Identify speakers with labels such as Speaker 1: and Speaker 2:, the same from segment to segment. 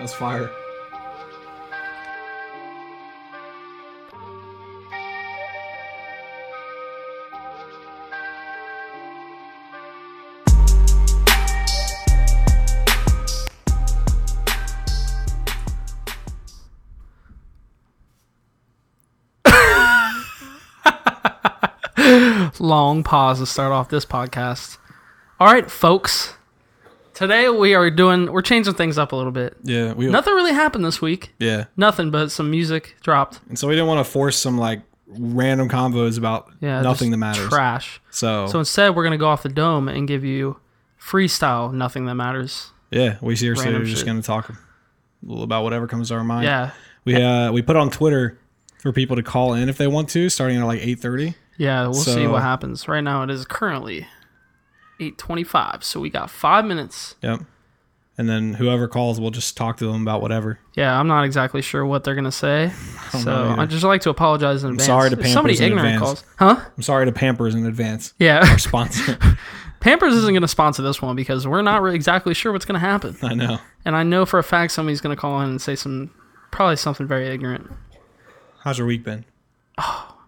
Speaker 1: was fire.
Speaker 2: long pause to start off this podcast. All right, folks. Today we are doing we're changing things up a little bit.
Speaker 1: Yeah, we
Speaker 2: Nothing really happened this week.
Speaker 1: yeah,
Speaker 2: Nothing but some music dropped.
Speaker 1: and so we didn't want to force some like random combos about
Speaker 2: Yeah,
Speaker 1: nothing
Speaker 2: just
Speaker 1: that matters. Oh.
Speaker 2: Trash.
Speaker 1: So,
Speaker 2: So instead, we're gonna go off the dome and give you freestyle. Nothing that matters.
Speaker 1: yeah, we seriously
Speaker 2: Random
Speaker 1: are just
Speaker 2: shit.
Speaker 1: gonna talk about whatever comes to our mind.
Speaker 2: Yeah,
Speaker 1: we uh, we put on Twitter for people to call in if they want to, starting at like eight thirty.
Speaker 2: yeah. We'll see
Speaker 1: So-
Speaker 2: what happens. Right now, it is currently eight twenty-five. So we got five minutes.
Speaker 1: Yep. And then whoever calls, we'll just talk to them about whatever.
Speaker 2: Yeah, I'm not exactly sure what they're gonna say. so
Speaker 1: know either.
Speaker 2: I just like to apologize in advance.
Speaker 1: sorry to
Speaker 2: if somebody
Speaker 1: Pampers in
Speaker 2: ignorant
Speaker 1: advance.
Speaker 2: calls, huh?
Speaker 1: I'm sorry to Pampers in advance.
Speaker 2: Yeah,
Speaker 1: Sponsor.
Speaker 2: Pampers isn't going to sponsor this one because we're not re- exactly sure what's going to happen.
Speaker 1: I know.
Speaker 2: And I know for a fact somebody's going to call in and say some, probably something very ignorant.
Speaker 1: How's your week been?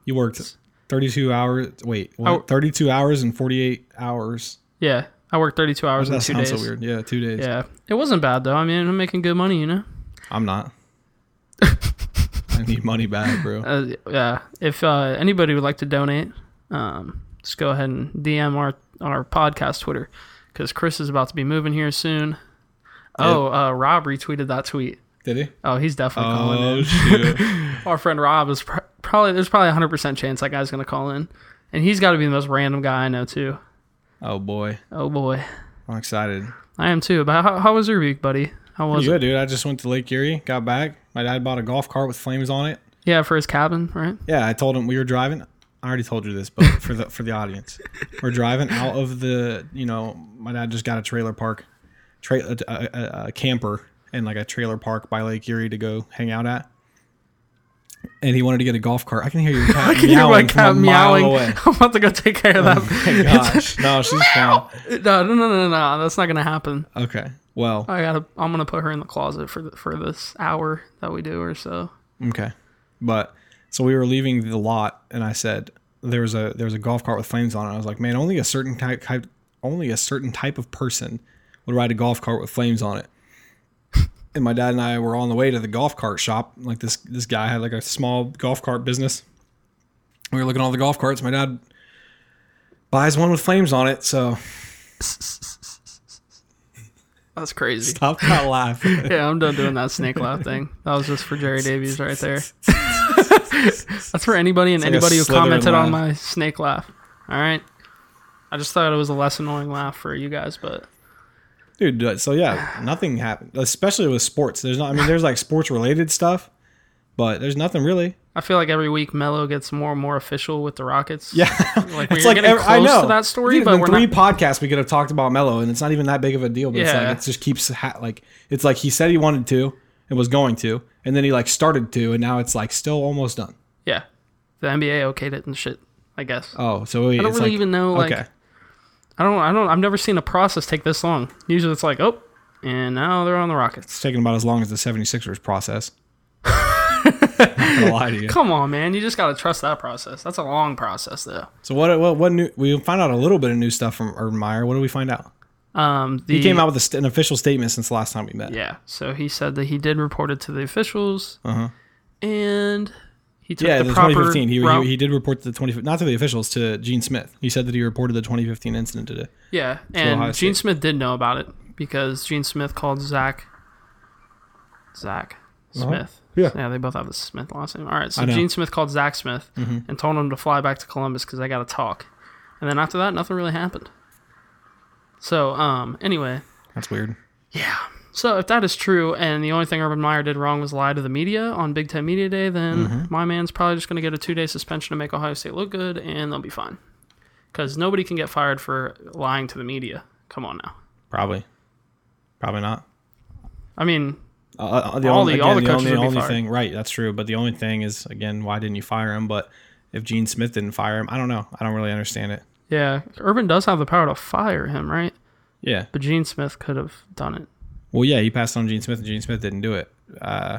Speaker 1: you worked 32 hours. Wait, what?
Speaker 2: Oh.
Speaker 1: 32 hours and 48 hours.
Speaker 2: Yeah, I worked 32 hours in
Speaker 1: That
Speaker 2: two
Speaker 1: sounds
Speaker 2: days.
Speaker 1: so weird. Yeah, two days.
Speaker 2: Yeah, it wasn't bad though. I mean, I'm making good money, you know.
Speaker 1: I'm not. I need money back, bro.
Speaker 2: Uh, yeah, if uh, anybody would like to donate, um, just go ahead and DM our our podcast Twitter because Chris is about to be moving here soon. Oh, uh, Rob retweeted that tweet.
Speaker 1: Did he?
Speaker 2: Oh, he's definitely calling in.
Speaker 1: Oh, shoot.
Speaker 2: our friend Rob is pr- probably there's probably a hundred percent chance that guy's gonna call in, and he's got to be the most random guy I know too.
Speaker 1: oh, boy.
Speaker 2: Oh boy,
Speaker 1: I'm excited.
Speaker 2: I am too. But how, how was your week, buddy? How was
Speaker 1: Pretty
Speaker 2: it?
Speaker 1: good, dude. I just went to Lake Erie, got back. My dad bought a golf cart with flames on it.
Speaker 2: Yeah, for his cabin, right?
Speaker 1: Yeah, I told him we were driving. I already told you this, but for the for the audience, we're driving out of the. You know, my dad just got a trailer park, tra- a, a, a, a camper, and like a trailer park by Lake Erie to go hang out at. And he wanted to get a golf cart. I can hear your cat
Speaker 2: I can hear
Speaker 1: meowing
Speaker 2: my
Speaker 1: from
Speaker 2: cat
Speaker 1: a mile
Speaker 2: meowing.
Speaker 1: away.
Speaker 2: I'm about to go take care of that.
Speaker 1: Hey, Gosh, no, she's fine.
Speaker 2: no, no, no, no, no. That's not gonna happen.
Speaker 1: Okay, well,
Speaker 2: I gotta. I'm gonna put her in the closet for the, for this hour that we do or so.
Speaker 1: okay, but so we were leaving the lot, and I said there was a there was a golf cart with flames on it. I was like, man, only a certain type, type only a certain type of person would ride a golf cart with flames on it. And my dad and I were on the way to the golf cart shop. Like this this guy had like a small golf cart business. We were looking at all the golf carts. My dad buys one with flames on it. So
Speaker 2: That's crazy.
Speaker 1: stop that laughing.
Speaker 2: Yeah, I'm done doing that snake laugh thing. That was just for Jerry Davies right there. That's for anybody and
Speaker 1: like a
Speaker 2: anybody who
Speaker 1: Slytherin
Speaker 2: commented on
Speaker 1: laugh.
Speaker 2: my snake laugh. All right. I just thought it was a less annoying laugh for you guys, but
Speaker 1: dude uh, so yeah nothing happened especially with sports there's not i mean there's like sports related stuff but there's nothing really
Speaker 2: I feel like every week Mello gets more and more official with the Rockets.
Speaker 1: yeah
Speaker 2: Like we're getting
Speaker 1: ev-
Speaker 2: close to that story,
Speaker 1: Dude,
Speaker 2: but
Speaker 1: in
Speaker 2: we're
Speaker 1: three
Speaker 2: not.
Speaker 1: podcasts we could have talked about mello and it's not even that big of a deal but it's
Speaker 2: Yeah.
Speaker 1: like it just keeps ha- like it's like he said he wanted to and was going to and then he like started to and now it's like still almost done
Speaker 2: Yeah, the NBA okayed it and shit. I guess
Speaker 1: oh so wait,
Speaker 2: I don't
Speaker 1: it's
Speaker 2: really
Speaker 1: like-
Speaker 2: even know. Like
Speaker 1: okay
Speaker 2: I don't. I don't. I've never seen a process take this long. Usually it's like oh, and now they're on the Rockets.
Speaker 1: it's taking about as long as the 76ers process I'm not gonna lie to you.
Speaker 2: Come on, man. You just gotta trust that process. That's a long process though.
Speaker 1: So what? What? What new? We found out a little bit of new stuff from Urban Meyer. What did we find out?
Speaker 2: Um, the,
Speaker 1: He came out with a st- an official statement since the last time we met.
Speaker 2: Yeah. So he said that he did report it to the officials,
Speaker 1: Uh-huh.
Speaker 2: and he took
Speaker 1: Yeah,
Speaker 2: the
Speaker 1: the
Speaker 2: proper
Speaker 1: 2015. He,
Speaker 2: route.
Speaker 1: he, he did report to the 20 not to the officials to Gene Smith. He said that he reported the 2015 incident today.
Speaker 2: yeah,
Speaker 1: Ohio
Speaker 2: and Gene
Speaker 1: State.
Speaker 2: Smith did know about it because Gene Smith called Zach. Zach Smith.
Speaker 1: Uh-huh. Yeah.
Speaker 2: Yeah, they both have the Smith last name. All right. So
Speaker 1: I know. Mm-hmm.
Speaker 2: Gene Smith called Zach Smith and told him to fly back to Columbus because they got to talk, and then after that, nothing really happened. So, um, anyway,
Speaker 1: That's weird.
Speaker 2: So if that is true, and the only thing Urban Meyer did wrong was lie to the media on Big Ten Media Day, then my man's probably just going to get a two-day suspension to make Ohio State look good, and they'll be fine. Because nobody can get fired for lying to the media. Come on now.
Speaker 1: Probably, probably not.
Speaker 2: I mean,
Speaker 1: Uh, Uh, the
Speaker 2: All
Speaker 1: only,
Speaker 2: the- all
Speaker 1: again,
Speaker 2: the coaches
Speaker 1: only,
Speaker 2: would be
Speaker 1: only
Speaker 2: fired.
Speaker 1: thing, right? That's true. But the only thing is, again, why didn't you fire him? But if Gene Smith didn't fire him, I don't know. I don't really understand it.
Speaker 2: yeah, Urban does have the power to fire him, right?
Speaker 1: Yeah,
Speaker 2: But Gene Smith could have done it.
Speaker 1: Well, yeah, you passed on Gene Smith, and Gene Smith didn't do it. Uh,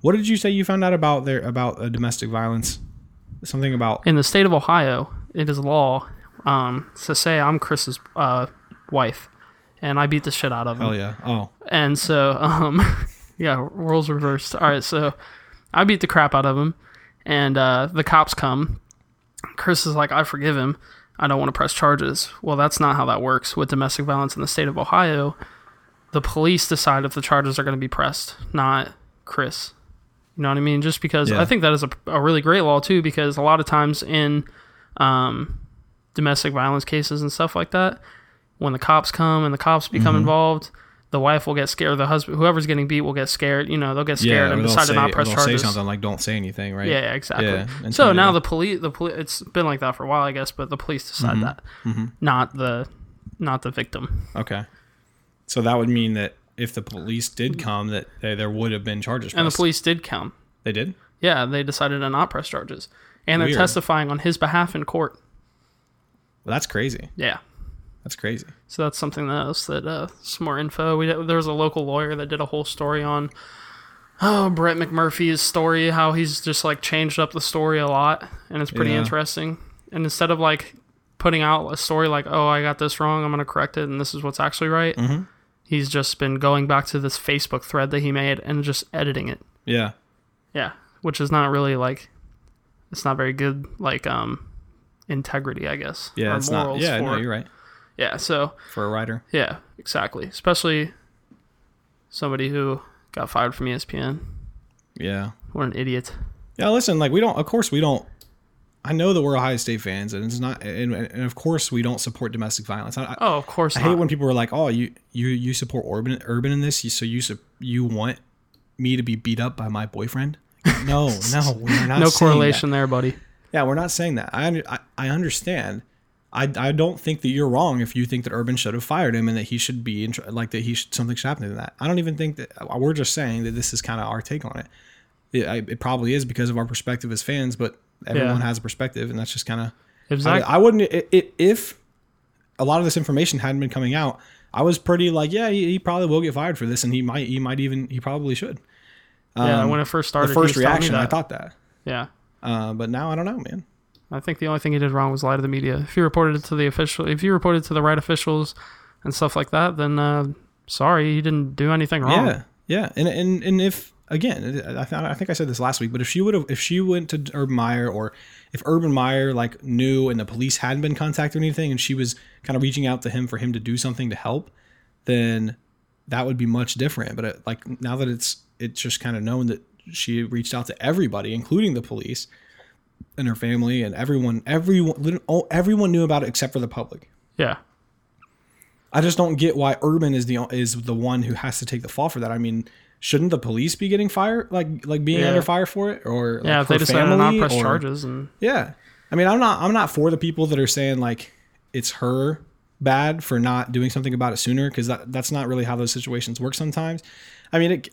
Speaker 1: what did you say you found out about there about uh, domestic violence? Something about
Speaker 2: In the state of Ohio, it is law um, to say I'm Chris's uh, wife, and I beat the shit out of him.
Speaker 1: hell yeah. Oh,
Speaker 2: And so, um, yeah, roles reversed. All right, so I beat the crap out of him, and uh, the cops come. Chris is like, I forgive him. I don't want to press charges. Well, that's not how that works with domestic violence in the state of Ohio. The police decide if the charges are going to be pressed, not Chris. You know what I mean? Just because
Speaker 1: Yeah.
Speaker 2: I think that is a, a really great law, too, because a lot of times in um, domestic violence cases and stuff like that, when the cops come and the cops become
Speaker 1: Mm-hmm.
Speaker 2: involved, the wife will get scared. The husband, whoever's getting beat, will get scared. You know, they'll get
Speaker 1: yeah.
Speaker 2: scared
Speaker 1: or
Speaker 2: and
Speaker 1: they'll
Speaker 2: decide
Speaker 1: say-
Speaker 2: to not
Speaker 1: or
Speaker 2: press
Speaker 1: they'll
Speaker 2: charges.
Speaker 1: Say something like "Don't say anything," right?
Speaker 2: Yeah, yeah, exactly.
Speaker 1: Yeah,
Speaker 2: so
Speaker 1: intimidating.
Speaker 2: now the police, the police, it's been like that for a while, I guess. But the police
Speaker 1: Mm-hmm.
Speaker 2: decide that, not the, not the victim.
Speaker 1: Okay. So that would mean that if the police did come, that they, there would have been charges.
Speaker 2: And the
Speaker 1: pressed.
Speaker 2: police did come.
Speaker 1: they did.
Speaker 2: Yeah, they decided to not press charges, and they're
Speaker 1: Weird.
Speaker 2: testifying on his behalf in court.
Speaker 1: Well, that's crazy.
Speaker 2: Yeah.
Speaker 1: That's crazy.
Speaker 2: So that's something else that uh, some more info. We there was a local lawyer that did a whole story on oh Brett McMurphy's story, how he's just like changed up the story a lot, and it's pretty
Speaker 1: Yeah.
Speaker 2: interesting. And instead of like putting out a story like oh I got this wrong, I'm gonna correct it, and this is what's actually right,
Speaker 1: Mm-hmm.
Speaker 2: he's just been going back to this Facebook thread that he made and just editing it.
Speaker 1: Yeah.
Speaker 2: Yeah, which is not really like it's not very good like um integrity, I guess.
Speaker 1: Yeah.
Speaker 2: or
Speaker 1: It's not.
Speaker 2: morals
Speaker 1: Yeah.
Speaker 2: for
Speaker 1: No,
Speaker 2: it.
Speaker 1: you're right.
Speaker 2: yeah. So
Speaker 1: For a writer.
Speaker 2: yeah, exactly. Especially somebody who got fired from E ESPN.
Speaker 1: Yeah.
Speaker 2: What an idiot.
Speaker 1: Yeah. Listen, like we don't. Of course, we don't. I know that we're Ohio State fans, and it's not. And, and of course, we don't support domestic violence. I, I,
Speaker 2: Oh, of course
Speaker 1: I
Speaker 2: not.
Speaker 1: hate when people are like, "Oh, you you you support urban urban in this, you, so you sup- you want me to be beat up by my boyfriend?" No, no, we're not.
Speaker 2: no
Speaker 1: saying
Speaker 2: correlation there, buddy.
Speaker 1: That. Yeah, we're not saying that. I under- I, I understand. I, I don't think that you're wrong if you think that Urban should have fired him and that he should be in, tr- like that he should something should happen to that. I don't even think that uh, we're just saying that this is kind of our take on it. It, I, it probably is because of our perspective as fans, but everyone has a perspective, and that's just kind of
Speaker 2: If
Speaker 1: I,
Speaker 2: Zach,
Speaker 1: I wouldn't i i if a lot of this information hadn't been coming out. I was pretty like, yeah, he, he probably will get fired for this, and he might, he might even, he probably should.
Speaker 2: yeah, when it first started,
Speaker 1: um, The
Speaker 2: he
Speaker 1: first
Speaker 2: was telling me
Speaker 1: reaction, I
Speaker 2: that.
Speaker 1: thought that,
Speaker 2: yeah.
Speaker 1: uh, but now I don't know, man.
Speaker 2: I think the only thing he did wrong was lie to the media. If you reported it to the official, if you reported to the right officials and stuff like that, then uh, sorry, he didn't do anything wrong.
Speaker 1: Yeah, yeah, and and and if again, I, I I think I said this last week, but if she would have, if she went to Urban Meyer, or if Urban Meyer like knew and the police hadn't been contacted or anything, and she was kind of reaching out to him for him to do something to help, then that would be much different. But it, like now that it's it's just kind of known that she reached out to everybody, including the police and her family and everyone, everyone, lit- all- everyone knew about it except for the public.
Speaker 2: Yeah.
Speaker 1: I just don't get why Urban is the is the one who has to take the fall for that. I mean, shouldn't the police be getting fired, like like being
Speaker 2: Yeah.
Speaker 1: under fire for it, or like
Speaker 2: Yeah, if they
Speaker 1: her
Speaker 2: decided to not
Speaker 1: family,
Speaker 2: press
Speaker 1: or-
Speaker 2: charges and
Speaker 1: Yeah, I mean, I'm not I'm not for the people that are saying like it's her bad for not doing something about it sooner because that, that's not really how those situations work sometimes. I mean, it,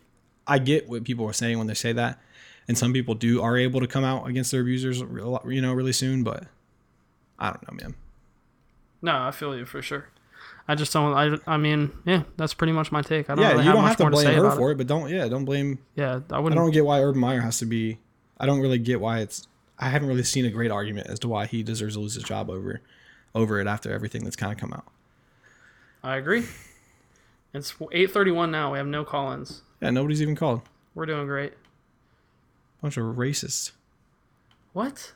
Speaker 1: I get what people are saying when they say that, and some people do are able to come out against their abusers, real- you know, really soon. But I don't know, man.
Speaker 2: No, I feel you for sure. I just don't. I, I mean, yeah, that's pretty much my take. I don't
Speaker 1: Yeah,
Speaker 2: really
Speaker 1: you
Speaker 2: have
Speaker 1: don't
Speaker 2: much
Speaker 1: have to
Speaker 2: more to
Speaker 1: blame
Speaker 2: say
Speaker 1: her
Speaker 2: about it.
Speaker 1: for it, but don't yeah, don't blame
Speaker 2: Yeah, I
Speaker 1: I
Speaker 2: wouldn't.
Speaker 1: don't get why Urban Meyer has to be. I don't really get why it's. I haven't really seen a great argument as to why he deserves to lose his job over, over it after everything that's kind of come out.
Speaker 2: I agree. It's eight thirty-one now. We have no call-ins.
Speaker 1: Yeah, nobody's even called.
Speaker 2: We're doing great.
Speaker 1: Bunch of racists.
Speaker 2: What?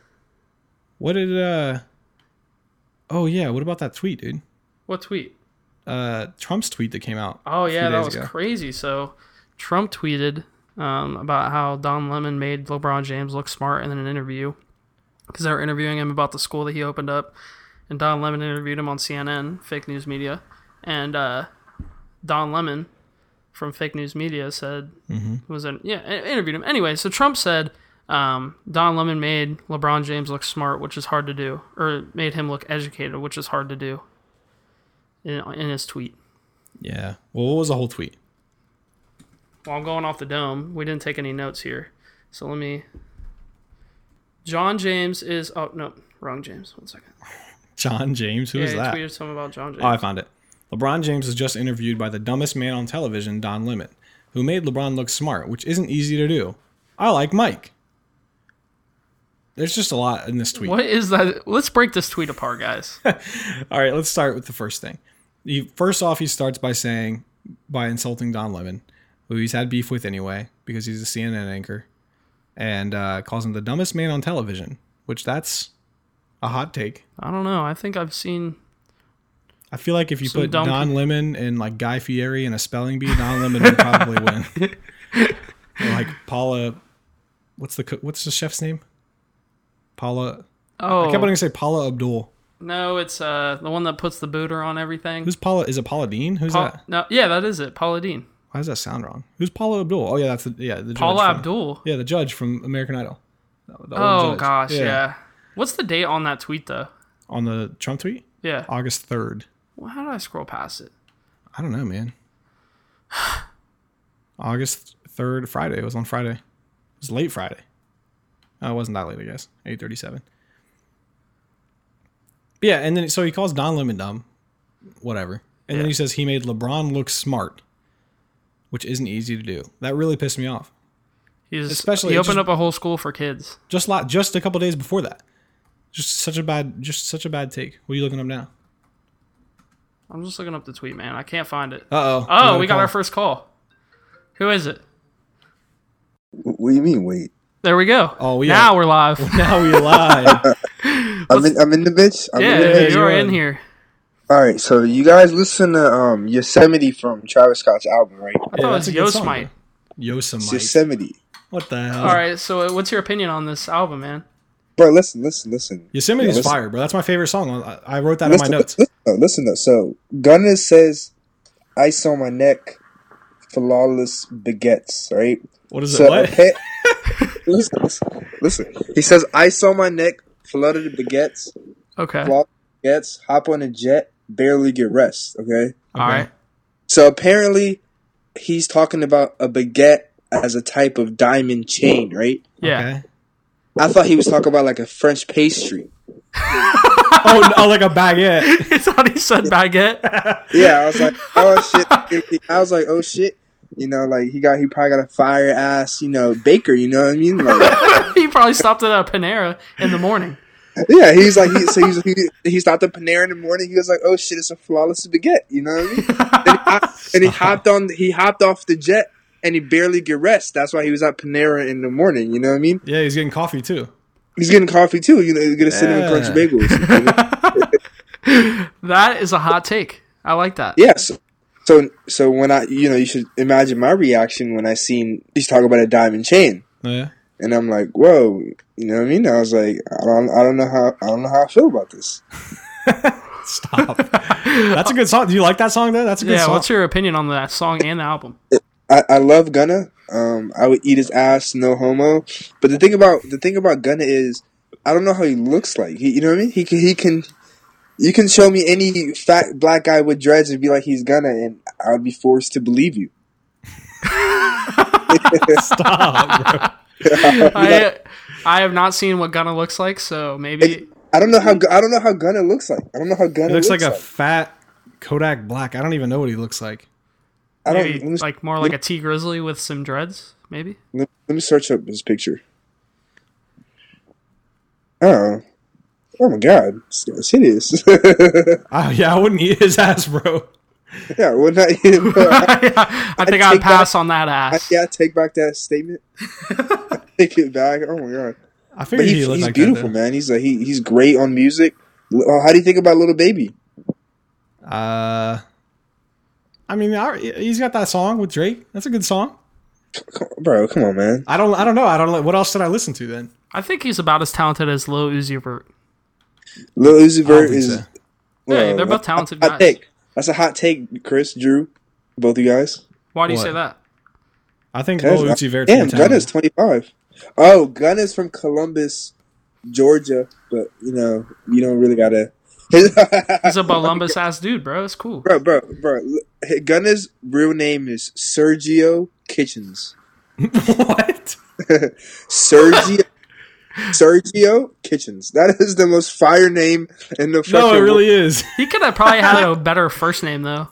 Speaker 1: What did uh? Oh yeah, what about that tweet, dude?
Speaker 2: What tweet?
Speaker 1: Uh, Trump's tweet that came out.
Speaker 2: Oh yeah, that
Speaker 1: days
Speaker 2: was
Speaker 1: ago.
Speaker 2: crazy. So, Trump tweeted um, about how Don Lemon made LeBron James look smart in an interview because they were interviewing him about the school that he opened up, and Don Lemon interviewed him on CNN, fake news media, and uh, Don Lemon from fake news media said
Speaker 1: Mm-hmm.
Speaker 2: was in, yeah i- interviewed him anyway. So Trump said um, Don Lemon made LeBron James look smart, which is hard to do, or made him look educated, which is hard to do. In, in his tweet.
Speaker 1: Yeah. Well, what was the whole tweet?
Speaker 2: Well, I'm going off the dome. We didn't take any notes here. So let me. John James is. Oh, no. Wrong James. One second.
Speaker 1: John James. Who
Speaker 2: yeah,
Speaker 1: is
Speaker 2: he
Speaker 1: that?
Speaker 2: tweeted something about John James.
Speaker 1: Oh, I found it. LeBron James was just interviewed by the dumbest man on television, Don Lemon, who made LeBron look smart, which isn't easy to do. I like Mike. There's just a lot in this tweet.
Speaker 2: What is that? Let's break this tweet apart, guys.
Speaker 1: All right, let's start with the first thing. He, first off, he starts by saying, by insulting Don Lemon, who he's had beef with anyway, because he's a CNN anchor, and uh, calls him the dumbest man on television, which that's a hot take.
Speaker 2: I don't know. I think I've seen.
Speaker 1: I feel like if you
Speaker 2: Some
Speaker 1: put
Speaker 2: dumb
Speaker 1: Don Lemon and like Guy Fieri in a spelling bee, Don Lemon would probably win. Or, like Paula, what's the cook? What's the chef's name? Paula. I
Speaker 2: Oh
Speaker 1: kept on gonna say Paula Abdul.
Speaker 2: no, it's uh the one that puts the booter on everything.
Speaker 1: Who's Paula? Is it Paula Dean? Who's
Speaker 2: Pa-
Speaker 1: that?
Speaker 2: no, yeah, that is it. Paula Dean.
Speaker 1: Why does that sound wrong? Who's Paula Abdul? Oh yeah, that's the yeah the judge
Speaker 2: Paula
Speaker 1: from-
Speaker 2: Abdul.
Speaker 1: Yeah, the judge from American Idol. The- the old
Speaker 2: Oh
Speaker 1: judge.
Speaker 2: gosh, yeah. What's the date on that tweet though?
Speaker 1: On the Trump tweet,
Speaker 2: Yeah.
Speaker 1: August third.
Speaker 2: Well, how did I scroll past it?
Speaker 1: I don't know, man. August third, Friday. It was on Friday. It was late Friday. Oh, it wasn't that late, I guess. Eight thirty-seven. Yeah, and then so he calls Don Lemon dumb, whatever, and then
Speaker 2: Yeah.
Speaker 1: he says he made LeBron look smart, which isn't easy to do. That really pissed me off.
Speaker 2: He's
Speaker 1: Especially-
Speaker 2: he
Speaker 1: it
Speaker 2: opened
Speaker 1: just-
Speaker 2: up a whole school for kids.
Speaker 1: Just lot, just a couple days before that. Just such a bad, just such a bad take. What are you looking up now?
Speaker 2: I'm just looking up the tweet, man. I can't find it.
Speaker 1: Uh oh.
Speaker 2: Oh, we got our first call. Who is it?
Speaker 3: Wh- What do you mean? Wait,
Speaker 2: There we go.
Speaker 1: Oh, we
Speaker 2: now
Speaker 1: are-
Speaker 2: we're live.
Speaker 1: now we live.
Speaker 3: I'm in. I'm in the bitch. I'm
Speaker 2: yeah,
Speaker 3: in the bitch.
Speaker 2: you
Speaker 1: you're
Speaker 2: are
Speaker 1: in.
Speaker 2: in here.
Speaker 3: All right, so you guys listen to um Yosemite from Travis Scott's album, right?
Speaker 2: I thought
Speaker 1: that's
Speaker 2: it
Speaker 1: a good
Speaker 2: was
Speaker 1: song,
Speaker 2: Yosemite.
Speaker 3: It's
Speaker 1: Yosemite.
Speaker 3: Yosemite,
Speaker 1: What the hell?
Speaker 2: All right, so uh, what's your opinion on this album, man?
Speaker 3: bro. Listen, listen, listen.
Speaker 1: Yosemite
Speaker 3: Yeah,
Speaker 1: is
Speaker 3: listen.
Speaker 1: fire, bro. That's my favorite song. I, I wrote that in my
Speaker 3: Listen,
Speaker 1: notes.
Speaker 3: listen, though, listen though. So Gunna says, "Ice on my neck, flawless baguettes." Right.
Speaker 1: What is
Speaker 3: So
Speaker 1: it? What?
Speaker 3: appa- listen, listen, listen. He says, "Ice on my neck, flooded baguettes,
Speaker 2: Okay. All
Speaker 3: flawless baguettes. Hop on a jet, barely get rest." Okay.
Speaker 2: right.
Speaker 3: So apparently, he's talking about a baguette as a type of diamond chain, right?
Speaker 2: Yeah.
Speaker 1: Okay.
Speaker 3: I thought he was talking about like a French pastry.
Speaker 1: Oh, no, like a baguette.
Speaker 2: I thought he said baguette.
Speaker 3: Yeah, I was like, oh shit. I was like, oh shit. You know, like he got he probably got a fire ass, you know, baker. You know what I mean? Like,
Speaker 2: he probably stopped at a Panera in the morning.
Speaker 3: yeah, he's like, he, so he's he, he's not the Panera in the morning. He was like, oh shit, it's a flawless baguette. You know what I mean? And he, hop- and he hopped on, he hopped off the jet, and he barely get rest. That's why he was at Panera in the morning. You know what I mean?
Speaker 1: Yeah, he's getting coffee too.
Speaker 3: He's getting coffee too. You know, he's gonna sit
Speaker 1: Yeah.
Speaker 3: in crunch bagels. you know?
Speaker 2: That is a hot take. I like that.
Speaker 3: Yes. So so when I you know you should imagine my reaction when I seen he's talking about a diamond chain
Speaker 1: Yeah.
Speaker 3: and I'm like whoa you know what I mean I was like I don't I don't know how I don't know how I feel about this
Speaker 1: Stop. That's a good song. Do you like that song though? That's a good
Speaker 2: Yeah,
Speaker 1: song.
Speaker 2: what's your opinion on that song and the album?
Speaker 3: I, I love Gunna um I would eat his ass no homo but the thing about the thing about Gunna is I don't know how he looks like he, you know what I mean he can, he can you can show me any fat black guy with dreads and be like he's Gunna and I would be forced to believe you
Speaker 1: Stop, bro.
Speaker 2: I I have not seen what Gunna looks like, so maybe
Speaker 3: I don't know how Gu- I don't know how Gunna looks like I don't know how Gunna
Speaker 1: He looks like a fat Kodak Black. I don't even know what he looks like.
Speaker 3: I don't
Speaker 2: maybe
Speaker 3: let me-
Speaker 2: like more like a T Grizzly with some dreads, maybe.
Speaker 3: Let, let me search up his picture. Oh, oh my God, it's, it's hideous.
Speaker 1: Oh, yeah, I wouldn't eat his ass, bro.
Speaker 3: yeah, well, not, I,
Speaker 2: I think I'd
Speaker 3: take
Speaker 2: pass on that ass.
Speaker 3: yeah, I take back that statement. I take it back. Oh my God,
Speaker 1: I
Speaker 3: but
Speaker 1: figured
Speaker 3: he,
Speaker 1: he looked
Speaker 3: he's
Speaker 1: like
Speaker 3: beautiful,
Speaker 1: that.
Speaker 3: man. He's like he, he's great on music. L- Oh, how do you think about Little Baby?
Speaker 1: though. Uh, I mean, I, he's got that song with Drake. That's a good song.
Speaker 3: Come, bro, come on, man.
Speaker 1: I don't. I don't know. I don't. know. What else did I listen to then?
Speaker 2: I think he's about as talented as Lil Uzi Vert.
Speaker 3: Lil
Speaker 1: I
Speaker 3: Uzi
Speaker 1: don't
Speaker 3: Vert
Speaker 1: think
Speaker 3: is
Speaker 1: so.
Speaker 2: Yeah,
Speaker 3: well,
Speaker 2: they're both talented
Speaker 3: hot
Speaker 2: guys.
Speaker 3: take. That's a hot take, Chris, Drew, both you guys.
Speaker 2: Why do you
Speaker 1: What?
Speaker 2: say that?
Speaker 1: I think Lil
Speaker 3: Guys,
Speaker 1: Uzi Vert's
Speaker 3: Damn,
Speaker 1: more talented.
Speaker 3: Gunna's 25. Oh, Gunna's from Columbus, Georgia, but you know, you don't really gotta.
Speaker 2: He's a Columbus ass dude, bro. It's cool.
Speaker 3: bro, bro, bro. l- Gunna's real name is Sergio Kitchens.
Speaker 1: what?
Speaker 3: Sergio Sergio Kitchens. That is the most fire name in the fucking
Speaker 1: No, it really is.
Speaker 2: He could have probably had a better first name though.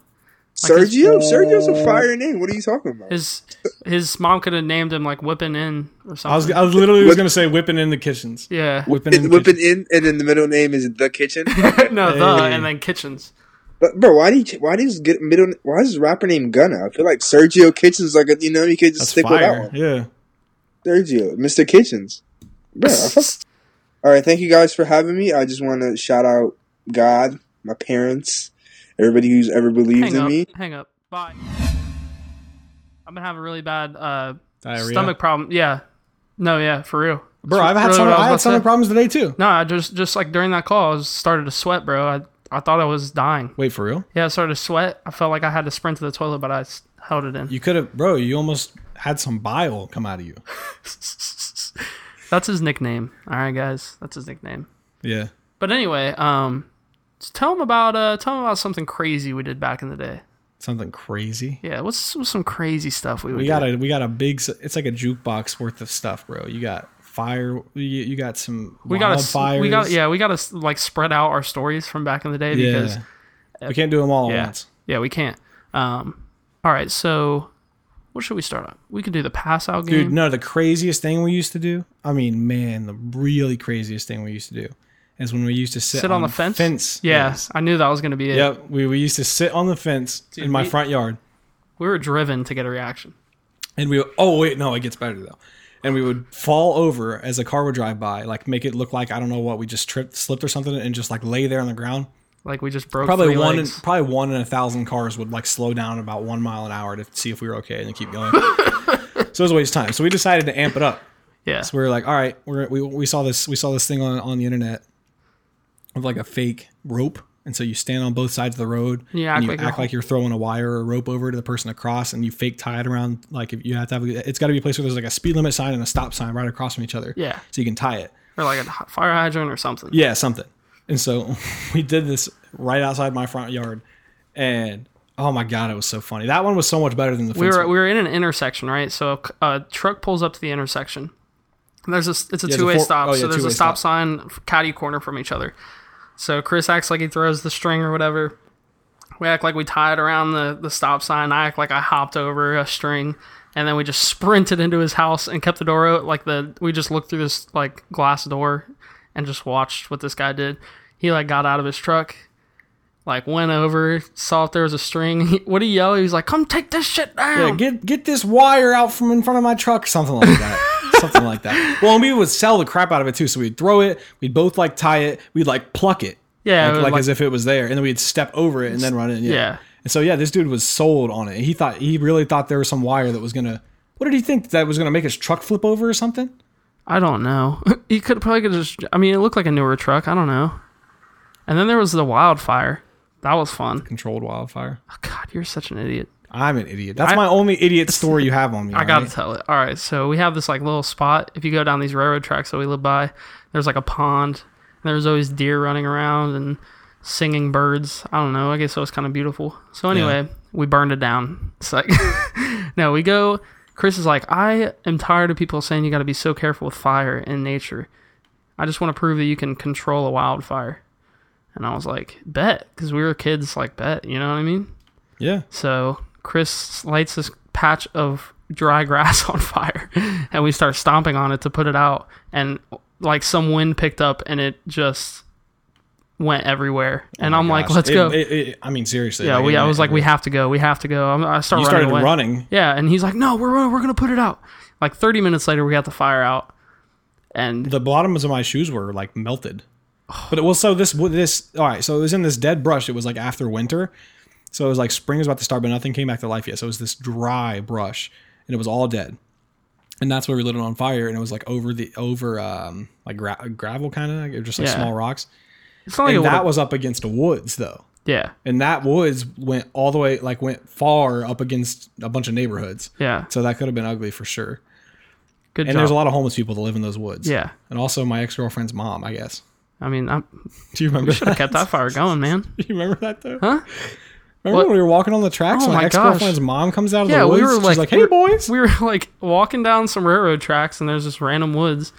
Speaker 3: Sergio. Sergio's a fire name. What are you talking about?
Speaker 2: His his mom could have named him like whipping in or something.
Speaker 1: I was, I was literally was gonna say whipping in the kitchens.
Speaker 2: yeah.
Speaker 1: Whipping in.
Speaker 3: It-
Speaker 1: The
Speaker 3: whipping
Speaker 1: kitchens.
Speaker 3: in, and then the middle name is the kitchen.
Speaker 2: no, the
Speaker 1: Hey.
Speaker 2: and then kitchens.
Speaker 3: But, bro, why do you, why does get middle? Why is his rapper name Gunna? I feel like Sergio Kitchens. Like you know, you could just
Speaker 1: That's
Speaker 3: stick with that
Speaker 1: fire.
Speaker 3: one.
Speaker 1: Yeah.
Speaker 3: Sergio, Mr. Kitchens. Bro, I fuck- all right, thank you guys for having me. I just want to shout out God, my parents, everybody who's ever believed
Speaker 2: hang
Speaker 3: in
Speaker 2: up.
Speaker 3: me.
Speaker 2: Hang up. Bye. I've been having a really bad uh,
Speaker 1: Diarrhea.
Speaker 2: stomach problem. Yeah. No, yeah, for real.
Speaker 1: Bro,
Speaker 2: That's
Speaker 1: I've had
Speaker 2: really
Speaker 1: some.
Speaker 2: what was
Speaker 1: I
Speaker 2: about
Speaker 1: had
Speaker 2: to
Speaker 1: stomach
Speaker 2: say.
Speaker 1: problems today too.
Speaker 2: No, I just just like during that call, I was started to sweat, bro. I I thought I was dying.
Speaker 1: Wait for real?
Speaker 2: Yeah, I started to sweat. I felt like I had to sprint to the toilet, but I s- held it in.
Speaker 1: You could have, bro. You almost had some bile come out of you.
Speaker 2: That's his nickname. All right, guys. That's his nickname.
Speaker 1: Yeah.
Speaker 2: But anyway, um, s- tell him about uh, tell him about something crazy we did back in the day.
Speaker 1: Something crazy.
Speaker 2: Yeah, what's, what's some crazy stuff we would
Speaker 1: We
Speaker 2: do?
Speaker 1: got a we got a big. s- It's like a jukebox worth of stuff, bro. You got fire. You, you got some.
Speaker 2: we got to
Speaker 1: wildfires.
Speaker 2: we got yeah we got to like spread out our stories from back in the day
Speaker 1: Yeah.
Speaker 2: because
Speaker 1: we can't do them all at
Speaker 2: yeah
Speaker 1: once.
Speaker 2: yeah we can't. Um, all right, so what should we start on? We could do the pass out game.
Speaker 1: Dude, no, the craziest thing we used to do, I mean, man, the really craziest thing we used to do is when we used to sit,
Speaker 2: Sit on the fence?
Speaker 1: um, Fence.
Speaker 2: yeah,
Speaker 1: Yes.
Speaker 2: I knew that was gonna be it.
Speaker 1: Yep. We, we used to sit on the fence in my
Speaker 2: we-
Speaker 1: front yard.
Speaker 2: We were driven to get a reaction.
Speaker 1: And we oh wait, no, it gets better though. And we would fall over as a car would drive by, like make it look like I don't know what, we just tripped slipped or something and just like lay there on the ground.
Speaker 2: Like we just broke
Speaker 1: Probably
Speaker 2: three
Speaker 1: one in,
Speaker 2: legs.
Speaker 1: probably one in a thousand cars would like slow down about one mile an hour to see if we were okay and then keep going. so it was a waste of time. So we decided to amp it up.
Speaker 2: yeah,
Speaker 1: So we were like, all right, we're, we we saw this we saw this thing on on the internet of like a fake rope, and so you stand on both sides of the road.
Speaker 2: you act
Speaker 1: and you
Speaker 2: like
Speaker 1: act
Speaker 2: you're-
Speaker 1: like you're throwing a wire or a rope over to the person across, and you fake tie it around. Like if you have to have, a, it's got to be a place where there's like a speed limit sign and a stop sign right across from each other.
Speaker 2: Yeah.
Speaker 1: So you can tie it.
Speaker 2: or like a h- fire hydrant or something.
Speaker 1: Yeah, something. And so we did this right outside my front yard, and oh my god, it was so funny. That one was so much better than the
Speaker 2: we
Speaker 1: fence
Speaker 2: were
Speaker 1: one.
Speaker 2: we were in an intersection, right? So a c- a, truck pulls up to the intersection. And There's a s- it's a
Speaker 1: it's a
Speaker 2: two way
Speaker 1: four-
Speaker 2: stop,
Speaker 1: oh, yeah,
Speaker 2: so there's
Speaker 1: two-way
Speaker 2: a
Speaker 1: stop.
Speaker 2: stop, sign f- catty corner from each other. So Chris acts like he throws the string or whatever. We act like we tied around the the stop sign. I act like I hopped over a string, and then we just sprinted into his house and kept the door out. Like the we just looked through this like glass door, and just watched what this guy did. He like got out of his truck, like went over, saw if there was a string. He, what he yell? He was like, "Come take this shit down!"
Speaker 1: Yeah, get get this wire out from in front of my truck, something like that, something like that. Well, and we would sell the crap out of it too. So we'd throw it, we'd both like tie it, we'd like pluck it, like,
Speaker 2: Yeah, it was
Speaker 1: like
Speaker 2: Oh, like-
Speaker 1: as if it was there, and then we'd step over it and then run in. Yeah.
Speaker 2: yeah.
Speaker 1: And so yeah, this dude was sold on it. He thought he really thought there was some wire that was gonna. What did he think that was gonna make his truck flip over or something?
Speaker 2: I don't know. He could probably could just. I mean, it looked like a newer truck. I don't know. And then there was the wildfire. That was fun.
Speaker 1: Controlled wildfire.
Speaker 2: Oh, God, you're such an idiot.
Speaker 1: I'm an idiot. That's my only idiot story you have on me.
Speaker 2: I gotta tell it. All right, so we have this like little spot. If you go down these railroad tracks that we live by, there's like a pond. And there's always deer running around and singing birds. I don't know. I guess it was kind of beautiful. So anyway, we burned it down. It's like, no, we go. Chris is like, I am tired of people saying you got to be so careful with fire in nature. I just want to prove that you can control a wildfire. And I was like, bet, because we were kids, like bet. You know what I mean?
Speaker 1: Yeah.
Speaker 2: So Chris lights this patch of dry grass on fire, and we start stomping on it to put it out. And like some wind picked up, and it just went everywhere. And I'm like,
Speaker 1: Oh Gosh,
Speaker 2: let's
Speaker 1: it-
Speaker 2: go.
Speaker 1: it- it- I mean, seriously.
Speaker 2: yeah, we,
Speaker 1: it-
Speaker 2: I was
Speaker 1: it-
Speaker 2: like, we have to go. We have to go. I'm, I start
Speaker 1: You
Speaker 2: running
Speaker 1: started
Speaker 2: away.
Speaker 1: running.
Speaker 2: Yeah, and he's like, no, we're we're gonna put it out. Like 30 minutes later, we got the fire out, and
Speaker 1: the bottoms of my shoes were like melted. But it was so this this all right. So it was in this dead brush. It was like after winter, so it was like spring was about to start, but nothing came back to life yet. So it was this dry brush, and it was all dead. And that's where we lit it on fire, and it was like over the over um like gra- gravel kind of like, or just like
Speaker 2: Yeah. Oh,
Speaker 1: small rocks.
Speaker 2: it's not like it
Speaker 1: And that
Speaker 2: would've-
Speaker 1: was up against woods though,
Speaker 2: yeah,
Speaker 1: and that woods went all the way like went far up against a bunch of neighborhoods.
Speaker 2: yeah,
Speaker 1: So that could have been ugly for sure.
Speaker 2: good
Speaker 1: And
Speaker 2: job.
Speaker 1: there's a lot of homeless people that live in those woods.
Speaker 2: yeah,
Speaker 1: And also my ex girlfriend's mom, I guess.
Speaker 2: I mean, I
Speaker 1: Do you remember?
Speaker 2: should have kept that fire going, man.
Speaker 1: You remember that though?
Speaker 2: Huh?
Speaker 1: Remember
Speaker 2: What?
Speaker 1: when we were walking on the tracks
Speaker 2: Oh
Speaker 1: and
Speaker 2: my
Speaker 1: my ex girlfriend's
Speaker 2: gosh.
Speaker 1: mom comes out of
Speaker 2: Yeah,
Speaker 1: the woods?
Speaker 2: we were
Speaker 1: She's
Speaker 2: like-
Speaker 1: like, "Hey boys!"
Speaker 2: we were like walking down some railroad tracks and there's this random woods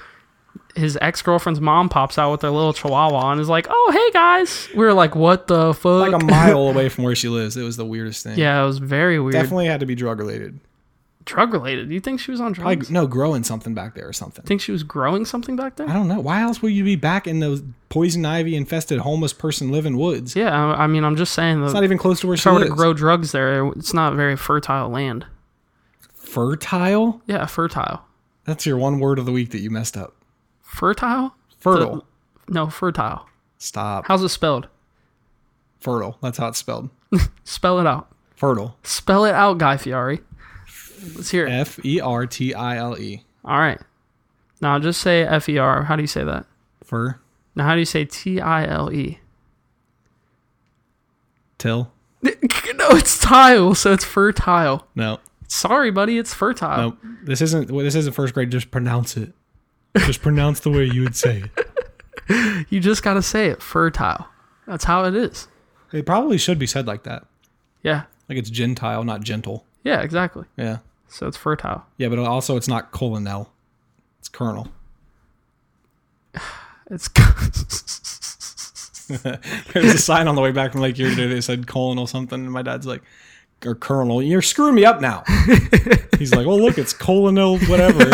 Speaker 2: his ex girlfriend's mom pops out with their little chihuahua and is like, "Oh, hey guys!" We were like, "What the fuck?"
Speaker 1: like a mile away from where she lives. It was the weirdest thing.
Speaker 2: yeah, it was very weird.
Speaker 1: Definitely had to be drug related.
Speaker 2: Drug related. You think she was on drugs?
Speaker 1: Like no, growing something back there or something.
Speaker 2: think she was growing something back
Speaker 1: I
Speaker 2: there?
Speaker 1: don't know. Why else would you be back in those poison ivy infested homeless person living woods?
Speaker 2: Yeah, I, I mean, I'm just saying. The,
Speaker 1: It's not even close to where
Speaker 2: if
Speaker 1: she
Speaker 2: I were to
Speaker 1: lives.
Speaker 2: grow drugs there, it's not very fertile land.
Speaker 1: Fertile?
Speaker 2: Yeah, fertile.
Speaker 1: That's your one word of the week that you messed up.
Speaker 2: Fertile?
Speaker 1: Fertile.
Speaker 2: No, fertile.
Speaker 1: Stop.
Speaker 2: How's it spelled?
Speaker 1: Fertile. That's how it's spelled.
Speaker 2: Spell it out.
Speaker 1: Fertile.
Speaker 2: Spell it out, Guy Fieri. Let's hear it.
Speaker 1: F E R T I L E.
Speaker 2: All right. Now just say F E R. How do you say that?
Speaker 1: Fur.
Speaker 2: Now how do you say T I L E?
Speaker 1: Till.
Speaker 2: No, it's tile, so it's fertile.
Speaker 1: No.
Speaker 2: Sorry, buddy, it's fertile.
Speaker 1: No. This isn't. Well, this isn't first grade. Just pronounce it. Just pronounce the way you would say it.
Speaker 2: You just gotta say it, fertile. That's how it is.
Speaker 1: It probably should be said like that.
Speaker 2: Yeah,
Speaker 1: Like it's gentile, not gentle.
Speaker 2: yeah, exactly.
Speaker 1: Yeah.
Speaker 2: So it's fertile.
Speaker 1: Yeah, but also it's not colonel. It's colonel.
Speaker 2: It's
Speaker 1: There's a sign on the way back from Lake Erie today that said colonel something, and my dad's like, or colonel, you're screwing me up now. He's like, well, look, it's colonel whatever.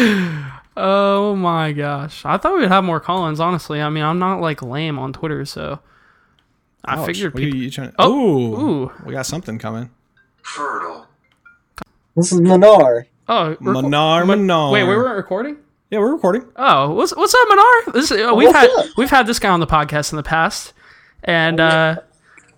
Speaker 2: oh my gosh. I thought we'd have more Collins. Honestly, I mean, I'm not like lame on Twitter, so I
Speaker 1: Ouch.
Speaker 2: figured.
Speaker 1: What are
Speaker 2: People-
Speaker 1: you trying to-
Speaker 2: Oh,
Speaker 1: Ooh,
Speaker 2: ooh.
Speaker 1: we got something coming.
Speaker 4: fertile,
Speaker 3: This is Minar.
Speaker 2: oh, reco-
Speaker 1: Manar, Manar.
Speaker 2: wait, we weren't recording.
Speaker 1: Yeah, we're recording.
Speaker 2: Oh, what's what's up, Manar? This
Speaker 5: Oh,
Speaker 2: is- uh, we've
Speaker 3: What's
Speaker 2: had
Speaker 3: up?
Speaker 2: we've had this guy on the podcast in the past, and
Speaker 5: Oh,
Speaker 2: uh,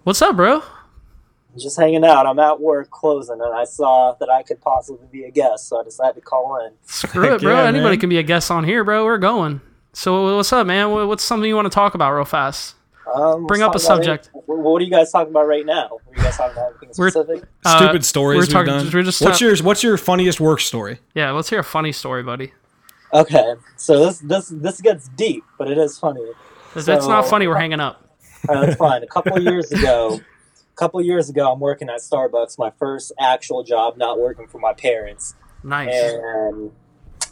Speaker 2: what's up, bro?
Speaker 5: I'm just hanging out. I'm at work closing, and I saw that I could possibly be a guest, so I decided to call in.
Speaker 2: Screw
Speaker 1: Heck
Speaker 2: it, bro.
Speaker 1: yeah,
Speaker 2: Anybody
Speaker 1: man.
Speaker 2: can be a guest on here, bro. We're going. So what's up, man? What- What's something you want to talk about real fast?
Speaker 5: Um,
Speaker 2: Bring up a
Speaker 5: let's talk about
Speaker 2: subject.
Speaker 5: it. Wh- What are you guys talking about right now? Were you guys talking about anything
Speaker 2: We're-
Speaker 5: specific?
Speaker 2: Uh,
Speaker 1: Stupid stories
Speaker 2: we're
Speaker 1: we've
Speaker 2: talking-
Speaker 1: done.
Speaker 2: we're just
Speaker 1: what's
Speaker 2: ta-
Speaker 1: your What's your funniest work story?
Speaker 2: Yeah, let's hear a funny story, buddy.
Speaker 5: Okay, so this this this gets deep, but it is funny.
Speaker 2: If that's
Speaker 5: So-
Speaker 2: not funny, we're hanging up.
Speaker 5: All right, that's fine. A couple of years ago, a couple of years ago, I'm working at Starbucks, my first actual job, not working for my parents.
Speaker 2: Nice.
Speaker 5: and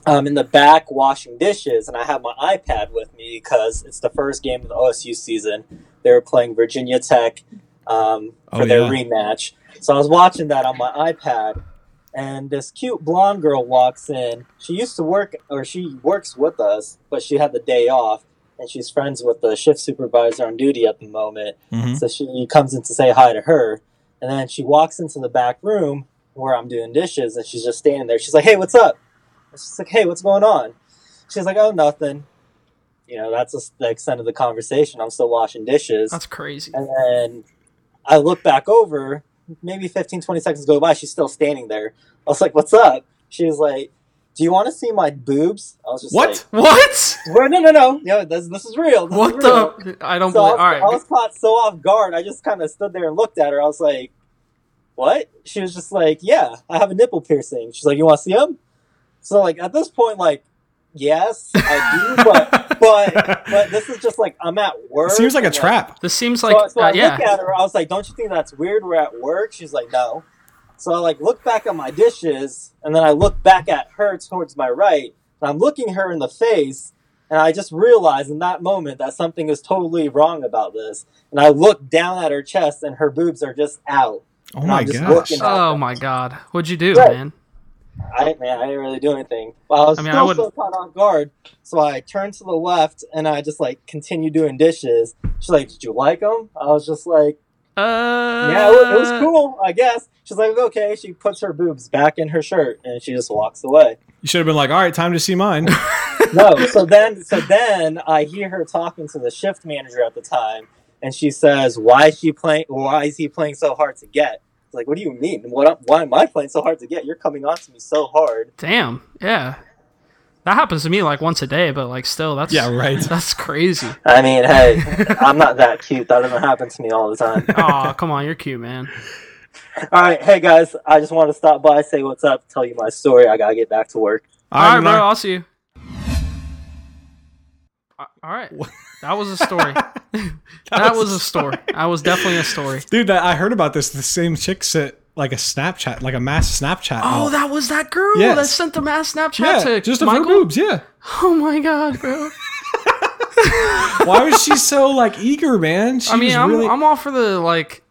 Speaker 5: I'm in the back washing dishes, and I have my iPad with me because it's the first game of the OSU season. They were playing Virginia Tech um, for
Speaker 1: Oh,
Speaker 5: their
Speaker 1: yeah.
Speaker 5: rematch, so I was watching that on my iPad. And this cute blonde girl walks in. She used to work, or she works with us, but she had the day off, and she's friends with the shift supervisor on duty at the moment.
Speaker 1: Mhm.
Speaker 5: So she comes in to say hi to her, and then she walks into the back room where I'm doing dishes, and she's just standing there. She's like, "Hey, what's up?" And She's like, "Hey, what's going on?" She's like, "Oh, nothing." You know, that's just the extent of the conversation. I'm still washing dishes,
Speaker 2: That's crazy.
Speaker 5: and then I look back over. Maybe 15, 20 seconds go by. She's still standing there. I was like, "What's up?" She was like, "Do you want to see my boobs?" I was just
Speaker 1: What?
Speaker 2: What?
Speaker 5: Like, "Well, no, no, no, no. This, this is real. This is
Speaker 2: What
Speaker 5: real."
Speaker 2: the? I don't
Speaker 5: So
Speaker 2: believe.
Speaker 5: I was,
Speaker 2: All
Speaker 5: I
Speaker 2: right.
Speaker 5: was caught so off guard. I just kind of stood there and looked at her. I was like, "What?" She was just like, "Yeah, I have a nipple piercing." She's like, "You want to see them?" So like at this point, like, yes, I do, but but but this is just like I'm at work.
Speaker 1: It seems like a
Speaker 5: and,
Speaker 1: trap.
Speaker 2: This seems
Speaker 5: So,
Speaker 2: like
Speaker 5: so I
Speaker 2: uh, yeah.
Speaker 5: look at her. I was like, "Don't you think that's weird? We're at work." She's like, "No." So I like look back at my dishes, and then I look back at her towards my right, and I'm looking her in the face, and I just realize in that moment that something is totally wrong about this. And I look down at her chest, and her boobs are just out.
Speaker 1: Oh
Speaker 5: I'm
Speaker 1: my
Speaker 5: just
Speaker 1: gosh.
Speaker 5: looking-
Speaker 2: Oh my god. What'd you do,
Speaker 5: Right.
Speaker 2: man?
Speaker 5: I didn't, man, I didn't really do anything. But I was
Speaker 2: I mean, I
Speaker 5: still
Speaker 2: would-
Speaker 5: so caught off guard, so I turned to the left, and I just like continued doing dishes. She's like, "Did you like them?" I was just like.
Speaker 2: Uh.
Speaker 5: Yeah, it was, it was cool, I guess. She's like, okay. She puts her boobs back in her shirt and she just walks away.
Speaker 1: You should have been like, all right, time to see mine.
Speaker 5: No, so then, so then I hear her talking to the shift manager at the time, and she says, "Why is she playing? Why is he playing so hard to get?" It's like, what do you mean? What? am- Why am I playing so hard to get? You're coming on to me so hard.
Speaker 2: Damn. Yeah. That happens to me like once a day, but like still, that's
Speaker 1: yeah, right.
Speaker 2: That's crazy.
Speaker 5: I mean, hey, I'm not that cute. That doesn't happen to me all the time.
Speaker 2: Oh, come on, you're cute, man.
Speaker 5: All right, hey guys, I just wanted to stop by, say what's up, tell you my story. I gotta get back to work.
Speaker 2: All right,
Speaker 1: I'm
Speaker 2: bro.
Speaker 1: not-
Speaker 2: I'll see you. A- All right. That was a story. that, was a story. That was definitely a story.
Speaker 1: Dude, that I heard about this. The same chick sent like a Snapchat, like a mass Snapchat.
Speaker 2: Oh,
Speaker 1: out.
Speaker 2: that was that girl
Speaker 1: Yes.
Speaker 2: that sent the mass Snapchat
Speaker 1: yeah,
Speaker 2: to
Speaker 1: just of her
Speaker 2: Michael.
Speaker 1: boobs. Yeah.
Speaker 2: Oh my god, bro.
Speaker 1: Why was she so like eager, man? She
Speaker 2: I mean,
Speaker 1: was
Speaker 2: I'm,
Speaker 1: really.
Speaker 2: I'm all for the like.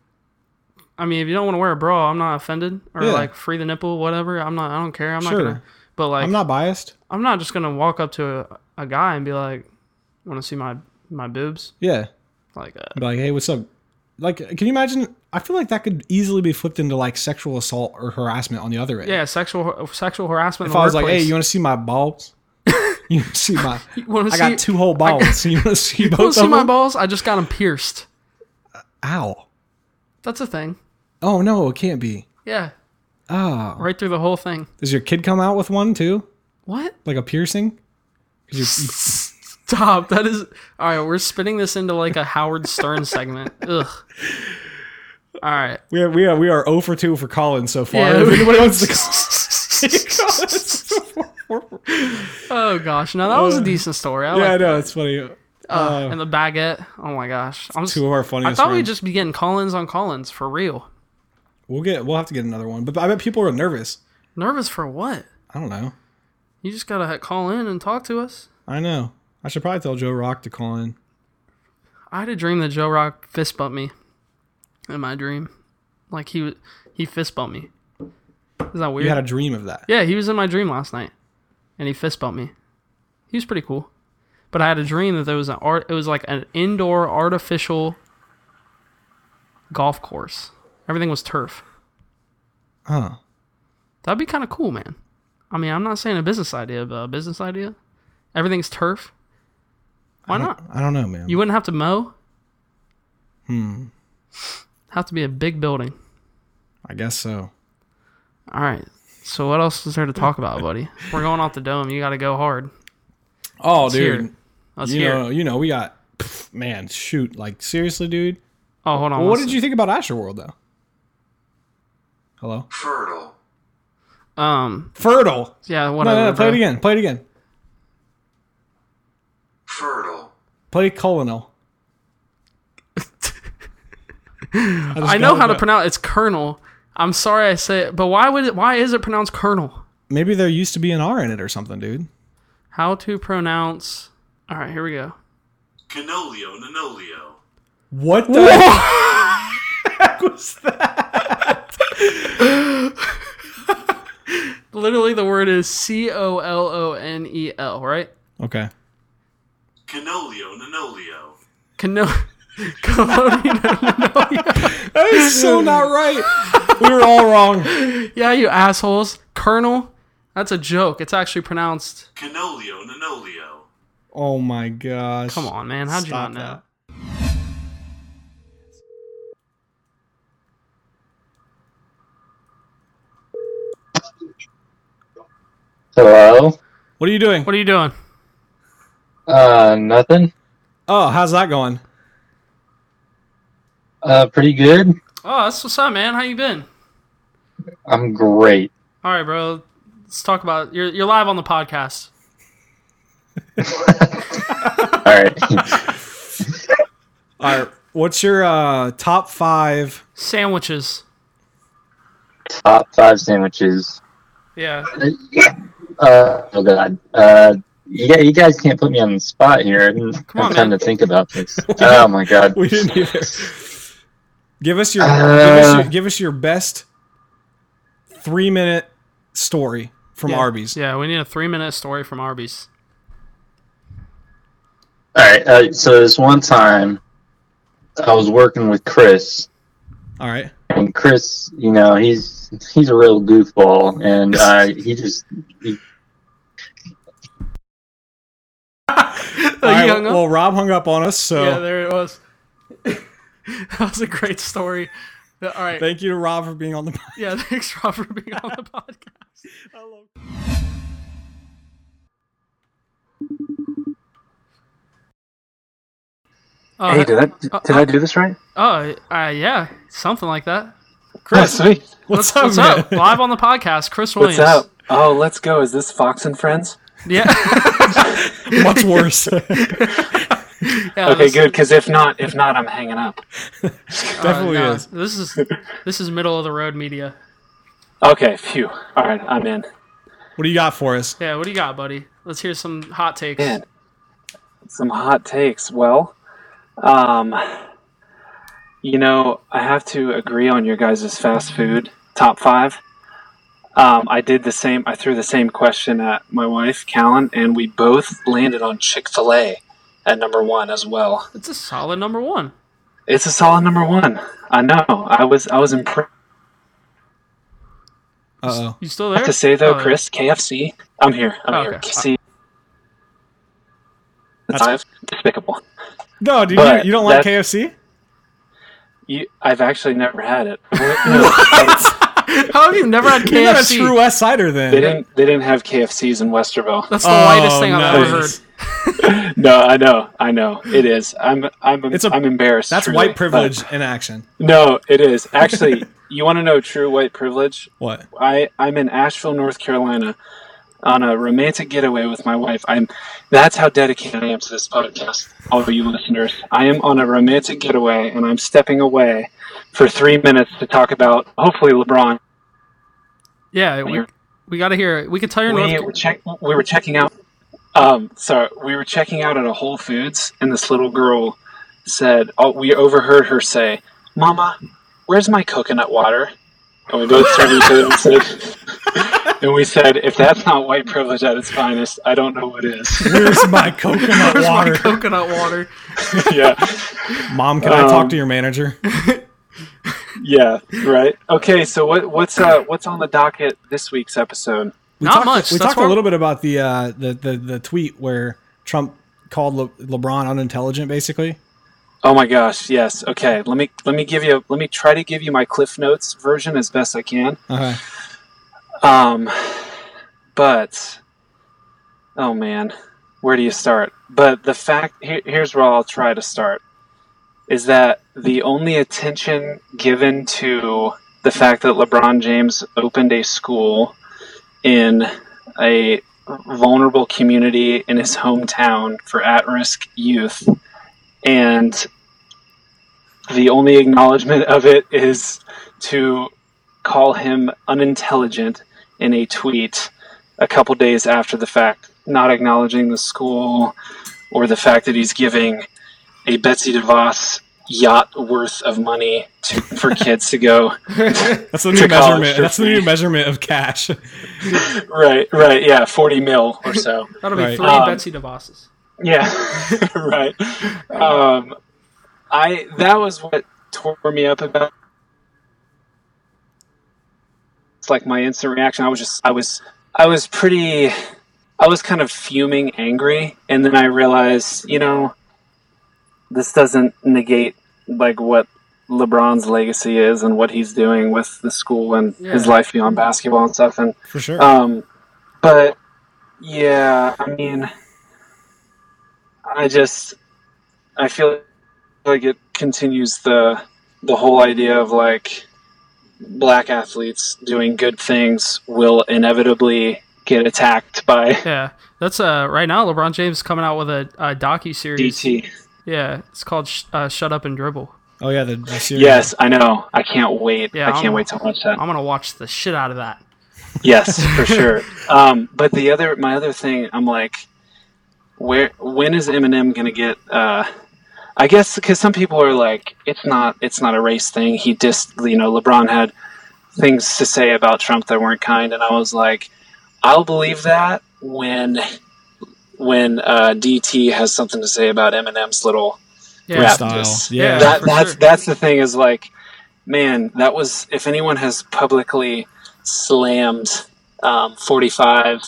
Speaker 2: I mean, if you don't want to wear a bra, I'm not offended or
Speaker 1: Yeah.
Speaker 2: like free the nipple, whatever. I'm not. I don't care. I'm
Speaker 1: Sure.
Speaker 2: not gonna. But like,
Speaker 1: I'm not biased.
Speaker 2: just gonna walk up to a, a guy and be like, "Want to see my my boobs?"
Speaker 1: Yeah.
Speaker 2: Like, uh,
Speaker 1: Be like, hey, what's up? Like, can you imagine? I feel like that could easily be flipped into like sexual assault or harassment on the other end.
Speaker 2: yeah, sexual sexual harassment.
Speaker 1: If
Speaker 2: in the
Speaker 1: I was like, hey,
Speaker 2: workplace.
Speaker 1: you want to see my balls? you want to see my?
Speaker 2: wanna
Speaker 1: I got
Speaker 2: see-
Speaker 1: two whole balls. you want to see both
Speaker 2: Wanna
Speaker 1: of
Speaker 2: see my
Speaker 1: them?
Speaker 2: balls? I just got them pierced.
Speaker 1: Ow!
Speaker 2: That's a thing.
Speaker 1: Oh no, it can't be.
Speaker 2: Yeah,
Speaker 1: Oh,
Speaker 2: right through the whole thing.
Speaker 1: does your kid come out with one too?
Speaker 2: What?
Speaker 1: Like a piercing? 'Cause you- you-
Speaker 2: Stop. That is all right. We're spinning this into like a Howard Stern segment. Ugh. All right.
Speaker 1: we are we are we are zero for two for Colin so far.
Speaker 2: Yeah.
Speaker 1: If anybody wants to call, Colin.
Speaker 2: Oh gosh, no, that was a decent story. I
Speaker 1: Uh, yeah, I
Speaker 2: like,
Speaker 1: know it's funny.
Speaker 2: uh, and the baguette. Oh my gosh, I'm s-
Speaker 1: Two of our
Speaker 2: I
Speaker 1: funniest.
Speaker 2: thought we'd
Speaker 1: friends.
Speaker 2: just be getting Collins on Collins for real.
Speaker 1: We'll get. We'll have to get another one. But I bet people are nervous.
Speaker 2: Nervous for what?
Speaker 1: I don't know.
Speaker 2: You just gotta call in and talk to us.
Speaker 1: I know. I should probably tell Joe Rock to call in.
Speaker 2: I had a dream that Joe Rock fist bumped me in my dream, like he w- he fist bumped me. Is that weird?
Speaker 1: You had a dream of that.
Speaker 2: yeah, he was in my dream last night, and he fist bumped me. He was pretty cool, but I had a dream that there was an art. It was like an indoor artificial golf course. Everything was turf.
Speaker 1: Huh.
Speaker 2: That'd be kind of cool, man. I mean, I'm not saying a business idea, but a business idea. Everything's turf. Why not?
Speaker 1: I don't know, man.
Speaker 2: You wouldn't have to mow. Hmm.
Speaker 1: Hmm.
Speaker 2: Have to be a big building.
Speaker 1: I guess so.
Speaker 2: All right. So what else is there to talk about, buddy? We're going off the dome. You got to go hard.
Speaker 1: Oh,
Speaker 2: hear
Speaker 1: dude.
Speaker 2: it. Let's
Speaker 1: you
Speaker 2: hear.
Speaker 1: know,
Speaker 2: it.
Speaker 1: you know, we got. pff, Man, shoot! Like seriously, dude.
Speaker 2: Oh, hold on.
Speaker 1: Well, what
Speaker 2: let's-
Speaker 1: did you think about Astroworld though? Hello.
Speaker 4: fertile,
Speaker 2: Um.
Speaker 1: Fertile.
Speaker 2: Yeah.
Speaker 1: No,
Speaker 2: Whatever.
Speaker 1: no, no, play it
Speaker 2: bro.
Speaker 1: again. Play it again.
Speaker 4: fertile,
Speaker 1: Play colonel. just
Speaker 2: I know
Speaker 1: got
Speaker 2: how to
Speaker 1: it.
Speaker 2: pronounce. It's Colonel. I'm sorry I say it, but why would it? Why is it pronounced Colonel?
Speaker 1: Maybe there used to be an R in it or something, dude.
Speaker 2: How to pronounce? All right. Here we go.
Speaker 4: canolio, nanolio,
Speaker 1: What the heck was that?
Speaker 2: Literally, the word is C O L O N E L, right?
Speaker 1: Okay.
Speaker 4: canolio, nanolio,
Speaker 2: Cano- Colonial.
Speaker 1: That is so not right. We were all wrong.
Speaker 2: yeah, you assholes. Colonel, that's a joke. It's actually pronounced.
Speaker 4: canolio, nanolio.
Speaker 1: Oh my gosh.
Speaker 2: Come on, man. How'd you
Speaker 1: Stop
Speaker 2: not know?
Speaker 6: Hello?
Speaker 1: What are you doing?
Speaker 2: What are you doing?
Speaker 6: Uh, nothing.
Speaker 1: Oh, how's that going?
Speaker 6: Uh, pretty good.
Speaker 2: Oh, that's what's up, man. How you been?
Speaker 6: I'm great.
Speaker 2: All right, bro. Let's talk about you're you're live on the podcast.
Speaker 6: All right.
Speaker 1: All right. What's your uh, top five?
Speaker 2: Sandwiches.
Speaker 6: Top five sandwiches.
Speaker 2: Yeah.
Speaker 6: Uh, oh god. Uh, yeah, you guys can't put me on the spot here. I didn't
Speaker 2: Come on,
Speaker 6: have time
Speaker 2: man.
Speaker 6: to think about this. oh my god.
Speaker 1: We didn't either. Give us your,
Speaker 6: Uh,
Speaker 1: give, us your give us your best three minute story from Arby's.
Speaker 2: Yeah, we need a three minute story from Arby's.
Speaker 6: All right. Uh, so this one time, I was working with Chris,
Speaker 1: All right.
Speaker 6: and Chris, you know, he's he's a real goofball, and uh, he just he
Speaker 1: All
Speaker 2: Oh, you
Speaker 1: right,
Speaker 2: hung up?
Speaker 1: well, Rob hung up on us, so
Speaker 2: Yeah, there it was. that was a great story. All right.
Speaker 1: thank you to Rob for being on the.
Speaker 2: yeah, thanks, Rob, for being on the podcast. Oh,
Speaker 6: Hey, did I did
Speaker 2: uh,
Speaker 6: I do this right?
Speaker 2: oh, uh, yeah, something like that.
Speaker 1: Chris,
Speaker 6: Oh, sweet.
Speaker 1: what's, up,
Speaker 2: What's
Speaker 1: man?
Speaker 2: up? Live on the podcast, Chris Williams.
Speaker 7: What's up? Oh, let's go. Is this Fox and Friends?
Speaker 2: Yeah,
Speaker 1: Much worse.
Speaker 2: Yeah,
Speaker 7: Okay,
Speaker 2: Oh, this-
Speaker 7: good. Because if not, if not, I'm hanging up.
Speaker 2: uh,
Speaker 1: Definitely
Speaker 2: no,
Speaker 1: is.
Speaker 2: This is this is middle of the road media.
Speaker 7: Okay, phew. All right, I'm in.
Speaker 1: What do you got for us?
Speaker 2: Yeah, what do you got, buddy? Let's hear some hot takes.
Speaker 7: Man, some hot takes. Well, um, you know, I have to agree on your guys' fast food top five. Um, I did the same. I threw the same question at my wife, Callan, and we both landed on Chick Fil A at number one as well.
Speaker 2: It's a solid number one.
Speaker 7: It's a solid number one. I know. I was I was impressed
Speaker 1: Uh oh.
Speaker 2: You still there?
Speaker 7: to say though,
Speaker 2: Oh, yeah.
Speaker 7: Chris, KFC. I'm here. I'm
Speaker 2: Oh,
Speaker 7: here.
Speaker 2: okay.
Speaker 7: KFC.
Speaker 1: That's-
Speaker 7: I've- despicable.
Speaker 1: No, dude, you,
Speaker 7: But
Speaker 1: you don't like
Speaker 7: that-
Speaker 1: KFC?
Speaker 7: You, I've actually never had it.
Speaker 2: How have you never had KFC?
Speaker 1: You're not a true West Sider then.
Speaker 7: They didn't. They didn't have KFCs in Westerville.
Speaker 2: That's the
Speaker 1: Oh,
Speaker 2: lightest thing I've ever heard.
Speaker 1: nice.
Speaker 7: No, I know. I know. It is. I'm. I'm.
Speaker 1: It's
Speaker 7: It's
Speaker 1: a-
Speaker 7: a, I'm embarrassed.
Speaker 1: That's
Speaker 7: truly,
Speaker 1: white
Speaker 7: but-
Speaker 1: privilege in action.
Speaker 7: no, it is actually. you want to know true white privilege?
Speaker 1: What?
Speaker 7: I. I'm in Asheville, North Carolina, on a romantic getaway with my wife. I'm. That's how dedicated I am to this podcast. All of you listeners, I am on a romantic getaway, and I'm stepping away for three minutes to talk about hopefully LeBron.
Speaker 2: Yeah, we, we got to hear it. We could tell your
Speaker 7: we
Speaker 2: North.
Speaker 7: were check we were checking out um sorry we were checking out at a whole foods and this little girl said oh we overheard her say mama where's my coconut water and we both turned to each other and said and we said if that's not white privilege at its finest i don't know what is
Speaker 1: Where's my coconut
Speaker 2: Where's
Speaker 1: water?
Speaker 2: my coconut water?
Speaker 7: yeah
Speaker 1: Mom, can I
Speaker 7: Um,
Speaker 1: talk to your manager?
Speaker 7: yeah right okay so what what's uh what's on the docket this week's episode
Speaker 1: We
Speaker 2: Not
Speaker 1: talked,
Speaker 2: much.
Speaker 1: We
Speaker 2: That's
Speaker 1: talked
Speaker 2: where-
Speaker 1: a little bit about the, uh, the the the tweet where Trump called Le- LeBron unintelligent, basically.
Speaker 7: Oh my gosh, yes. Okay, let me let me give you let me try to give you my Cliff Notes version as best I can.
Speaker 1: Okay.
Speaker 7: Um, but oh man, where do you start? But the fact here, here's where I'll try to start is that the only attention given to the fact that LeBron James opened a school in a vulnerable community in his hometown for at-risk youth and the only acknowledgement of it is to call him unintelligent in a tweet a couple days after the fact, not acknowledging the school or the fact that he's giving a Betsy DeVos yacht worth of money to, for kids to go.
Speaker 1: That's the new
Speaker 7: college
Speaker 1: measurement.
Speaker 7: for
Speaker 1: That's the new
Speaker 7: free.
Speaker 1: measurement of cash.
Speaker 7: Right, right, yeah, 40 mil or so.
Speaker 2: That'll be
Speaker 1: Right.
Speaker 2: three
Speaker 7: Um,
Speaker 2: Betsy DeVosses.
Speaker 7: Yeah, right. Um, I that was what tore me up about. It's like my instant reaction. I was just, I was, I was pretty, I was kind of fuming, angry, and then I realized, you know, this doesn't negate like what LeBron's legacy is and what he's doing with the school and his
Speaker 2: Yeah.
Speaker 7: life beyond basketball and stuff. And
Speaker 1: For sure.
Speaker 7: um, but yeah, I mean, I just I feel like it continues the the whole idea of like black athletes doing good things will inevitably get attacked by
Speaker 2: Yeah, that's uh right now. LeBron James is coming out with a, a docu series.
Speaker 7: DT.
Speaker 2: Yeah, it's called Sh- uh, "Shut Up and Dribble."
Speaker 1: oh yeah, the, the series.
Speaker 7: Yes, I know. I can't wait.
Speaker 2: Yeah,
Speaker 7: I can't
Speaker 2: I'm-
Speaker 7: wait to watch that.
Speaker 2: I'm gonna watch the shit out of that.
Speaker 7: yes for sure um, but the other my other thing i'm like where when is eminem gonna get uh, i guess because some people are like it's not it's not a race thing he just you know lebron had things to say about trump that weren't kind and i was like i'll believe that when when uh, dt has something to say about eminem's little
Speaker 2: Yeah,
Speaker 7: Rap.
Speaker 1: Style.
Speaker 7: Yes.
Speaker 1: Yeah.
Speaker 2: Yeah.
Speaker 7: that
Speaker 2: for
Speaker 7: that's
Speaker 2: sure.
Speaker 7: that's the thing is like man that was if anyone has publicly slammed um, 45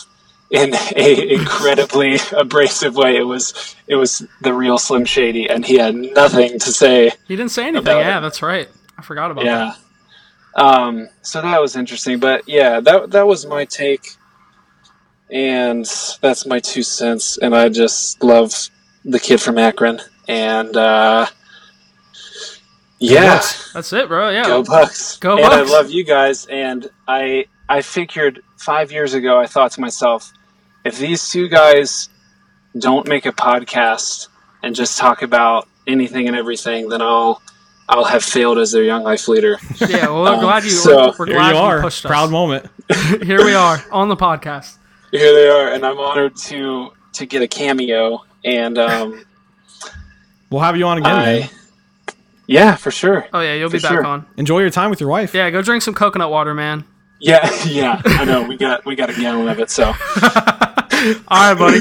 Speaker 7: in a incredibly abrasive way it was it was the real slim shady and he had nothing to say
Speaker 2: he didn't say anything.
Speaker 7: About
Speaker 2: Yeah,
Speaker 7: it.
Speaker 2: that's right. I forgot about that.
Speaker 7: yeah um so that was interesting but yeah that that was my take and that's my two cents and i just love the kid from akron and uh yeah
Speaker 2: That's it, bro. Yeah,
Speaker 7: Go Bucks.
Speaker 2: Go
Speaker 7: and
Speaker 2: Bucks.
Speaker 7: I love you guys. And I I figured five years ago I thought to myself, if these two guys don't make a podcast
Speaker 8: and just talk about anything and everything, then I'll I'll have failed as their young life leader.
Speaker 2: Yeah, well, we're
Speaker 8: Um,
Speaker 2: glad you.
Speaker 8: so-
Speaker 2: we're
Speaker 1: Here
Speaker 2: glad
Speaker 1: you
Speaker 2: you,
Speaker 1: are.
Speaker 2: pushed us.
Speaker 1: Proud moment.
Speaker 2: Here we are on the podcast.
Speaker 8: Here they are, and I'm honored to to get a cameo. And um,
Speaker 1: We'll have you on again.
Speaker 8: I
Speaker 1: man.
Speaker 8: yeah, for sure.
Speaker 2: Oh yeah, you'll be
Speaker 8: For
Speaker 2: back
Speaker 8: sure.
Speaker 2: on.
Speaker 1: Enjoy your time with your wife.
Speaker 2: Yeah, go drink some coconut water, man.
Speaker 8: Yeah, yeah. I know we got we got a gallon of it. So all
Speaker 2: All right, buddy.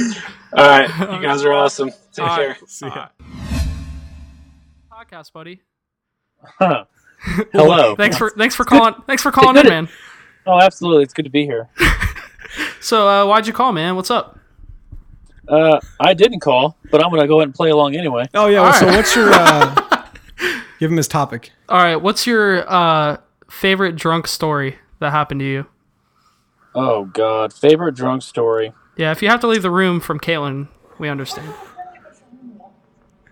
Speaker 8: right, you guys are awesome. Take
Speaker 2: All
Speaker 8: care.
Speaker 2: right.
Speaker 1: See ya.
Speaker 2: Podcast, buddy.
Speaker 7: Huh. Hello.
Speaker 2: Thanks for thanks for calling. Thanks for calling in,
Speaker 7: Good.
Speaker 2: man.
Speaker 7: Oh, absolutely. It's good to be here.
Speaker 2: So uh, why'd you call, man? What's up?
Speaker 7: Uh, I didn't call, but I'm going to go ahead and play along anyway.
Speaker 1: Oh yeah. well,
Speaker 2: All
Speaker 1: So
Speaker 2: right.
Speaker 1: what's your? Uh, give him his topic.
Speaker 2: All right, what's your uh, favorite drunk story that happened to you?
Speaker 7: Oh, God. Favorite drunk story.
Speaker 2: Yeah, if you have to leave the room from Caitlin, we understand.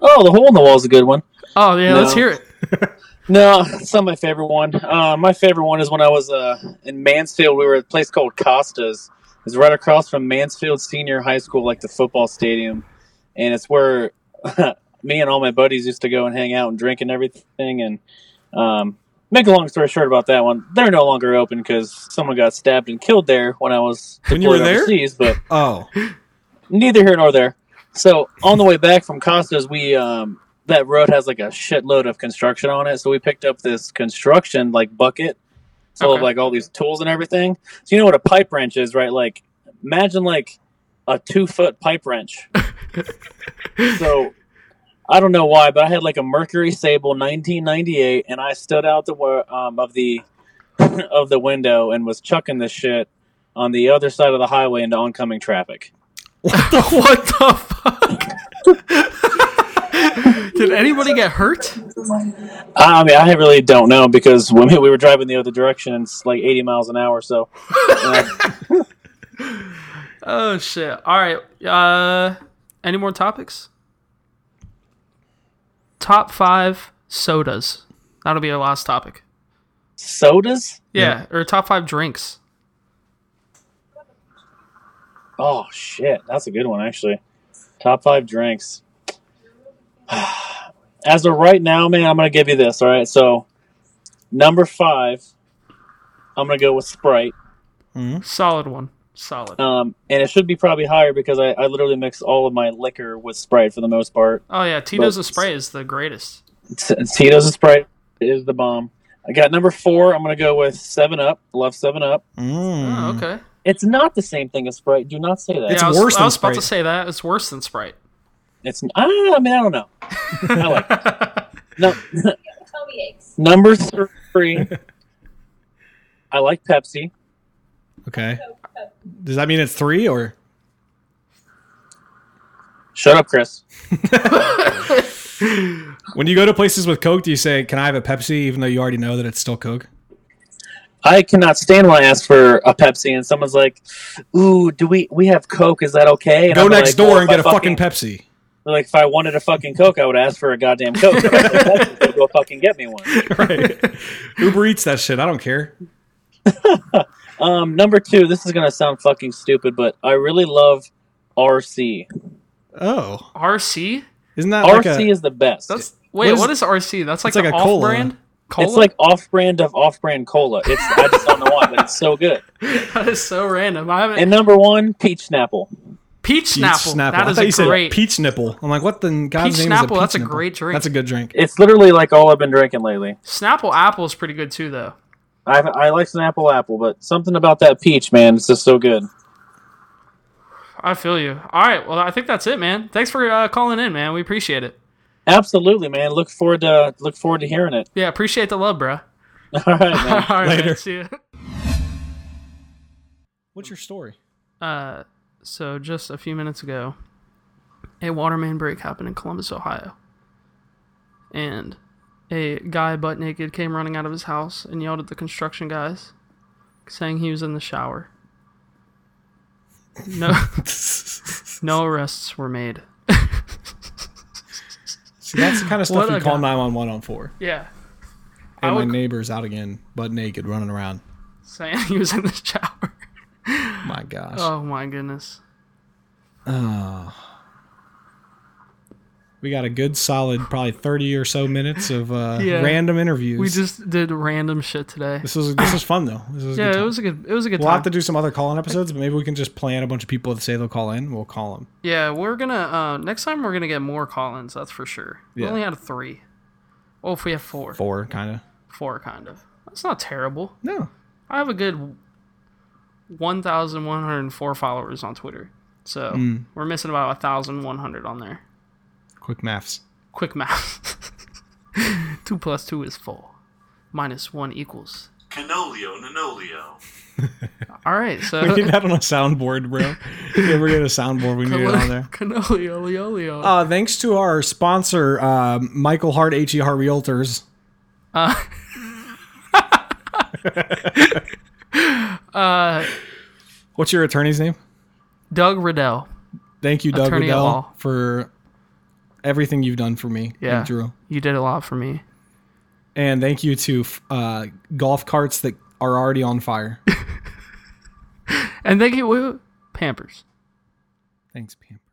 Speaker 7: Oh, the hole in the wall is a good one.
Speaker 2: Oh yeah, let's
Speaker 8: No.
Speaker 2: hear it.
Speaker 7: No, it's not my favorite one. Uh, my favorite one is when I was uh, in Mansfield. We were at a place called Costa's. It's right across from Mansfield Senior High School, like the football stadium, and it's where me and all my buddies used to go and hang out and drink and everything. And um, make a long story short about that one, they're no longer open because someone got stabbed and killed there when I was
Speaker 1: When you were
Speaker 7: deployed
Speaker 1: there?
Speaker 7: overseas. But
Speaker 1: Oh,
Speaker 7: neither here nor there. So on the way back from Costa's, we um that road has like a shitload of construction on it. So we picked up this construction like bucket full of
Speaker 2: Okay.
Speaker 7: like all these tools and everything. So you know what a pipe wrench is, right? Like imagine like a two foot pipe wrench. so I don't know why, but I had like a Mercury Sable 1998, and I stood out the wa- um, of the of the window and was chucking this shit on the other side of the highway into oncoming traffic.
Speaker 2: what the fuck? Did anybody get hurt?
Speaker 7: I mean, I really don't know because when we we were driving the other direction, it's like 80 miles an hour. So, uh,
Speaker 2: Oh shit! All right. Uh, any more topics? Top five sodas. That'll be our last topic.
Speaker 7: sodas?
Speaker 2: Yeah, or top five drinks.
Speaker 7: Oh shit, that's a good one actually. Top five drinks. As of right now, man, I'm gonna give you this. All right, so number five, I'm gonna go with Sprite,
Speaker 2: Solid one. Solid.
Speaker 7: um, and it should be probably higher because I, I literally mix all of my liquor with Sprite for the most part.
Speaker 2: Oh yeah, Tito's
Speaker 7: but-
Speaker 2: and spray is the greatest.
Speaker 7: T- Tito's and Sprite is the bomb. I got number four. I'm gonna go with Seven Up. Love Seven Up.
Speaker 2: Oh,
Speaker 1: Mm.
Speaker 2: okay.
Speaker 7: It's not the same thing as Sprite. Do not say that.
Speaker 1: It's
Speaker 2: yeah, I was,
Speaker 1: worse
Speaker 2: I
Speaker 1: than
Speaker 2: was about to
Speaker 1: Sprite.
Speaker 2: say that it's worse than Sprite.
Speaker 7: It's I, don't know, I mean I don't know. I like it. no
Speaker 9: Toby aches.
Speaker 7: number three. I like Pepsi.
Speaker 1: Okay. Does that mean it's three or?
Speaker 7: Shut up, Chris.
Speaker 1: When you go to places with Coke, do you say, "Can I have a Pepsi?" Even though you already know that it's still Coke.
Speaker 7: I cannot stand when I ask for a Pepsi and someone's like, "Ooh, do we we have Coke? Is that okay?" And
Speaker 1: go
Speaker 7: I'm
Speaker 1: next
Speaker 7: like,
Speaker 1: door
Speaker 7: well,
Speaker 1: and
Speaker 7: if
Speaker 1: get
Speaker 7: I
Speaker 1: a fucking, Pepsi.
Speaker 7: Like if I wanted a fucking Coke, I would ask for a goddamn Coke. If I said Pepsi, they'd go fucking get me one.
Speaker 1: right. Uber eats that shit. I don't care.
Speaker 7: Um, number two, this is gonna sound fucking stupid, but I really love RC.
Speaker 1: Oh,
Speaker 2: RC.
Speaker 1: isn't that like
Speaker 7: RC
Speaker 1: a?
Speaker 7: is the best.
Speaker 2: That's wait.
Speaker 1: What is-
Speaker 2: what is RC? That's like,
Speaker 1: like
Speaker 2: an
Speaker 1: a cola.
Speaker 2: off-brand cola.
Speaker 7: It's like off-brand of off-brand cola. It's I just don't know why, but it's so good.
Speaker 2: that is so random. I haven't.
Speaker 7: And number one, peach snapple.
Speaker 2: peach
Speaker 1: Peach
Speaker 2: Snapple.
Speaker 1: Snapple.
Speaker 2: That
Speaker 1: I
Speaker 2: is
Speaker 1: thought you
Speaker 2: a
Speaker 1: said
Speaker 2: great.
Speaker 1: peach nipple. I'm like, what the in God's
Speaker 2: Peach
Speaker 1: name is a
Speaker 2: Snapple,
Speaker 1: peach
Speaker 2: that's a
Speaker 1: nipple?
Speaker 2: great drink.
Speaker 1: That's a good drink.
Speaker 7: It's literally like all I've been drinking lately.
Speaker 2: Snapple apple is pretty good too, though.
Speaker 7: I I like snapple apple, but something about that peach, man, it's just so good.
Speaker 2: I feel you. All right. Well, I think that's it, man. Thanks for uh, calling in, man. We appreciate it.
Speaker 7: Absolutely, man. Look forward to look forward to hearing it.
Speaker 2: Yeah, appreciate the love, bro.
Speaker 7: All right,
Speaker 2: All
Speaker 7: man.
Speaker 2: right,
Speaker 1: Later.
Speaker 2: man. See ya.
Speaker 1: What's your story?
Speaker 2: Uh, so just a few minutes ago, a water main break happened in Columbus, Ohio, and a guy butt naked came running out of his house and yelled at the construction guys, saying he was in the shower. No, no arrests were made.
Speaker 1: See, that's the kind of stuff
Speaker 2: What
Speaker 1: you
Speaker 2: a
Speaker 1: call
Speaker 2: guy.
Speaker 1: 911 on for.
Speaker 2: Yeah,
Speaker 1: Hey,
Speaker 2: I
Speaker 1: my
Speaker 2: would-
Speaker 1: neighbor's out again, butt naked, running around.
Speaker 2: saying he was in the shower.
Speaker 1: My gosh.
Speaker 2: Oh my goodness.
Speaker 1: Oh. We got a good solid, probably thirty or so minutes of uh,
Speaker 2: Yeah.
Speaker 1: random interviews.
Speaker 2: We just did random shit today.
Speaker 1: this was this was fun though. This was a good
Speaker 2: Yeah, it
Speaker 1: time.
Speaker 2: was a good. It was a good
Speaker 1: we'll
Speaker 2: time.
Speaker 1: have to do some other call-in episodes, but maybe we can just plan a bunch of people that say they'll call in. We'll call them.
Speaker 2: Yeah, we're gonna uh, next time we're gonna get more Collins. That's for sure. We
Speaker 1: Yeah.
Speaker 2: only had three. Well, if we have four, four,
Speaker 1: Four, kind of.
Speaker 2: kind of. That's not terrible.
Speaker 1: No,
Speaker 2: I have a good one thousand one hundred four followers on Twitter, so
Speaker 1: Mm.
Speaker 2: we're missing about thousand one hundred on there.
Speaker 1: quick maths.
Speaker 2: Quick math: two plus two is four, minus one equals.
Speaker 4: Canolio Nanolio.
Speaker 2: All right, so.
Speaker 1: We need that on a soundboard, bro. yeah, we're getting a soundboard. We need it on there.
Speaker 2: Cannoli, oli, oli, oli.
Speaker 1: Uh, thanks to our sponsor, uh, Michael Hart HER Realtors.
Speaker 2: Uh,
Speaker 1: What's your attorney's name?
Speaker 2: Doug Riddell.
Speaker 1: Thank you, Doug
Speaker 2: Attorney at
Speaker 1: Riddell,
Speaker 2: law.
Speaker 1: for everything you've done for me
Speaker 2: Yeah.
Speaker 1: and Drew.
Speaker 2: You did a lot for me.
Speaker 1: And thank you to f- uh, golf carts that are already on fire.
Speaker 2: And thank you, Pampers.
Speaker 1: Thanks, Pam.